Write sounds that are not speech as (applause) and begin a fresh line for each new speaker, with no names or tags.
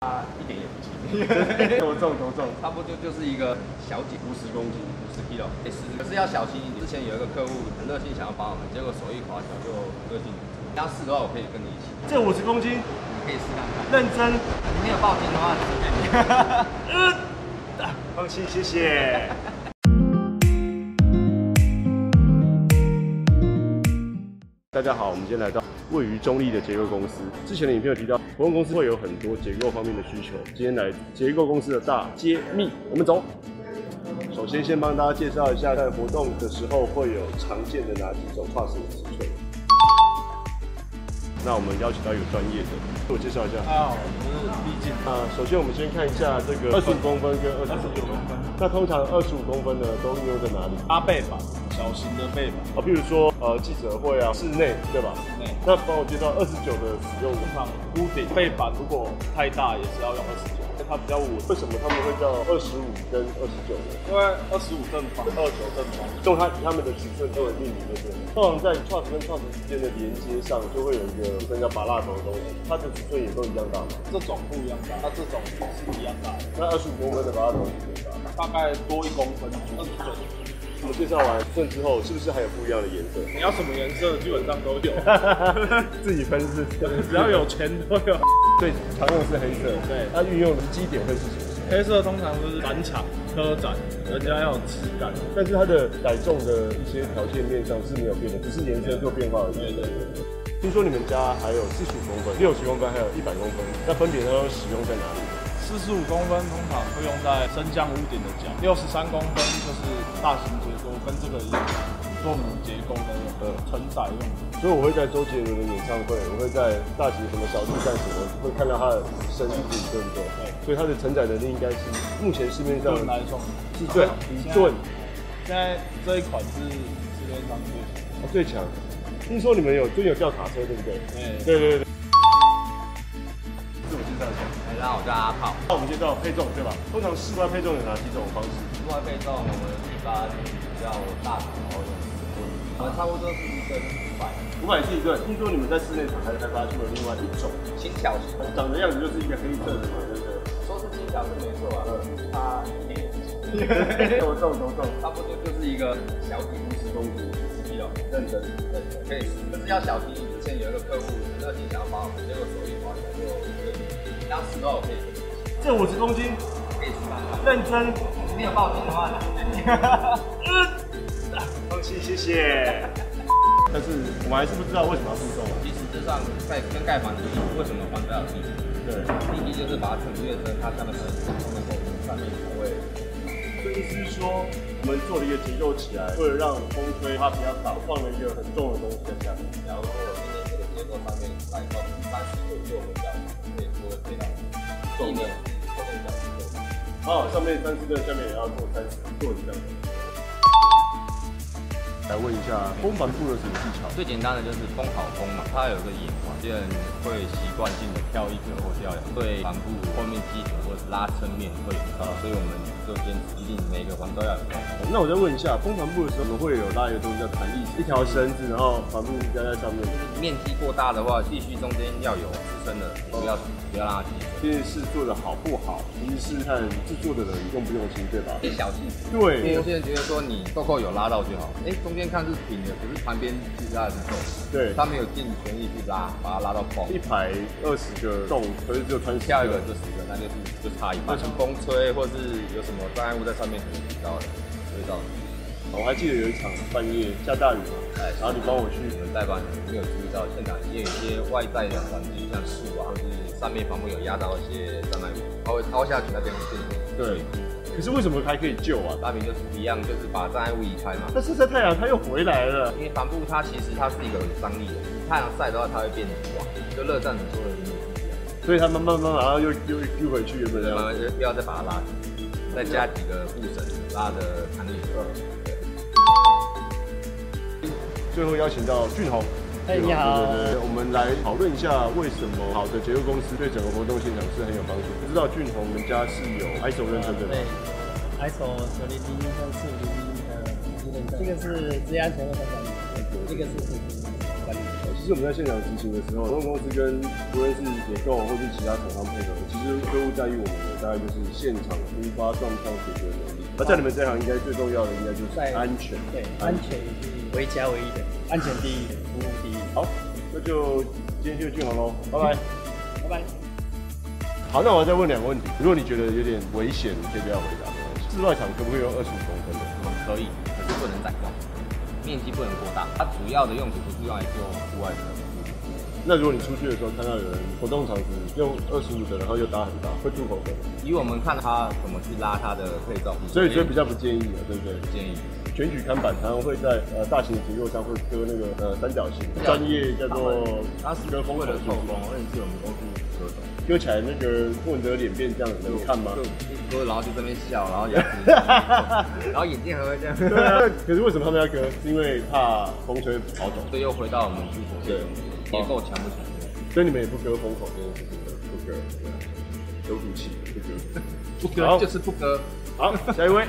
他一点也不轻， (laughs) 多重多重，差不多就是一个小姐五十公斤，五十 kilo，也哎是，可是要小心一点。之前有一个客户很热心想要帮我们，结果手一滑脚就割进。你要试的话，我可以跟你一起，
这五十公斤，
你可以试看看。
认真，
你没有报警的话，只给 (laughs) 你。
呃，啊放心，谢谢。 (laughs) 大家好，我们今天来到位于中立的结构公司。之前的影片有提到，活动公司会有很多结构方面的需求。今天来结构公司的大揭秘，我们走。首先，先帮大家介绍一下，在活动的时候会有常见的哪几种跨省需求。那我们邀请到一个专业的，自我介绍一下。
啊，
哦
我是李景。
啊，首先我们先看一下这个二十五公分跟二十
25
公
公
分
分。
那通常二十五公分呢，都应用在哪里？
啊
阿贝吧，小型的贝吧，
啊，比如说呃记者会啊，室内对吧？
室内
那帮我介绍二十九的使用
通常屋顶背板如果太大也是要用二十九，因为它比较稳，
为什么他们会叫二十五跟二十九呢？
因为二十五正方、二九正方，
用它他们的尺寸作为命名就对了。通常在 t r u s 跟 t r u s 之间的连接上，就会有一个称叫拔蜡头的东西，它的尺寸也都一样大嘛。
这种不一样大，它这种是一样大的，
那二十五公分的拔蜡头是多大？
大概多一公分，二十九。
我们介绍完尺寸之后，是不是还有不一样的颜色？
你要什么颜色，基本上都有，
(laughs) 自己分是，
(laughs) 只要有钱都有。
(laughs) 对，常用是黑色，
对
它运用的基点会是什么？
黑色通常就是板厂、车展，人家要有质感。
但是它的载重的一些条件面上是没有变的，只是颜色做变化而已。
对对对。
听说你们家还有四十五公分、六十公分，还有一百公分，那分别它都使用在哪里？
四十五公分通常会用在升降屋顶的角，六十三公分就是大型结构，跟这个一样，做母结构的用的承载用的。
所以我会在周杰伦的演唱会，我会在大型什么小巨蛋什么，会看到他的身影，对不对？所以它的承载能力应该是目前市面上
盾来说，
是最好，一吨
现在这一款是市面上最强的。
最强。听说你们有最近有吊卡车，对不对？对
对
对对。
来，
自我介绍一下，
那我叫阿炮，
那我们介绍配重对吧？通常室外配重有哪几种方式？
另外被动我们一般比较大的保有，我们差不多是一个五百，
五百是一吨。听说你们在室内还开发出了另外一种，
轻巧型。
长的样子就是一个黑色的嘛，对不对？
说是轻巧是没错啊，它一点也不轻。
多重多重，
差不多就是一个小体五十公斤，十几哦，
认真。
对，可以试。可是要小心，之前有一个客户很热情想要帮我们，结果手一滑就可以，当时都可以，
这五十公斤，
可以试看看。
认真。
没有报警的话，
放心，谢谢。但是我们还是不知道为什么要负重啊。
其实这上在跟盖房子一样，为什么还不了地基？
对，
地基就是把它撑越深，它上面才能冲得够，上面才会。
所以意思是说，我们做了一个结构起来，为了让风吹它不要倒，放了一个很重的东西在下面。
然后我们的这个结构上面来到三十度做比较，可以不会推到，避免后面比较重。
哦，上面三十吨，下面也要做三十吨这样。来问一下风帆布的什么技巧？
哦最简单的就是封好封嘛，它有个眼环，有些人会习惯性的跳一格或跳两格，对帆布后面基础或拉撑面会有帮助所以我们就坚持一定每个环都要有帮助。
那我再问一下，风帆布的时候，我们会有拉一个东西叫弹力，一条绳子，然后帆布压在上面。
面积过大的话，必须中间要有支撑的，不要不要让它积水。
这件事做的好不好，其实是看制作的人用不用心，对吧？
一小细节，因为
对
有，些人觉得说你扣扣有拉到就好，哎、中间看是平的，可是旁边其实它是皱的，
对，
他没有尽全力去拉，把它拉到爆。
一排二十个洞，可是只有穿
跳一个就十个，那就是就差一半。风吹或是有什么障碍物在上面，可能遇到了，遇到了。
我还记得有一场半夜下大雨嘛，
哎
然后你帮我去
我们代班人没有注意到现场也有一些外在的环境，像树啊，或是上面帆布有压到一些障碍物，它会抛下去那边会变
对，可是为什么还可以救啊？
大明就是一样，就是把障碍物移开嘛。
但是晒太阳它又回来了，
因为帆布它其实它是一个有啊张力的，你太阳晒的话它会变黄，就热胀冷缩的原理是一样的。
所以它慢慢慢慢，然后又又又回去原本的
然
样
后
子。
就不要再把它拉，再加几个护绳拉的弹力。对。
最后邀请到俊宏。
哎你好
对对对，我们来讨论一下为什么好的结构公司对整个活动现场是很有帮助。不知道俊宏，我们家是有 ISO 认证的吗，
对，ISO 九零零一跟四五零一的认证，这个是职业安全卫生管理，这个是食品管理。
其实我们在现场执行的时候，活动公司跟无论是结构或是其他厂商配合，其实客户在意我们的大概就是现场突发状况解决能力。那在你们这行应该最重要的应该就是
在
安全，
对，安全是为家为一的，安全第一的，服务第一。
好，那就今天就俊宏喽，拜拜。
拜拜。
好，那我再问两个问题，如果你觉得有点危险，你可以不要回答，没关系。室外场可不可以用二十五公分的？
可以，可是不能载重，面积不能过大。它主要的用途不是用来做户外的，
那如果你出去的时候看到有人活动场子用二十五的，然后又搭很大，会吐口水，
以我们看它怎么去拉它的配重，
所以所以比较不建议啊，对不对？
不建议。
选举看板常常会在呃大型的结构上会割那个呃三角形，专业叫做
它是
割风
为
口
了
是
透
不
风
是，
认识我们公司所懂。
割起来那个混得脸变这样能看吗？
就然后就这边笑，然后
啊
然后眼睛还会这样。
(laughs) 对 (laughs) 啊，可是为什么他们要割？是因为怕风吹草走，
所以又回到我们剧组
对
结构强不强？
所以你们也不割风口这件事情的，不割，对啊有骨气不割。
就是不割。
好，下一位。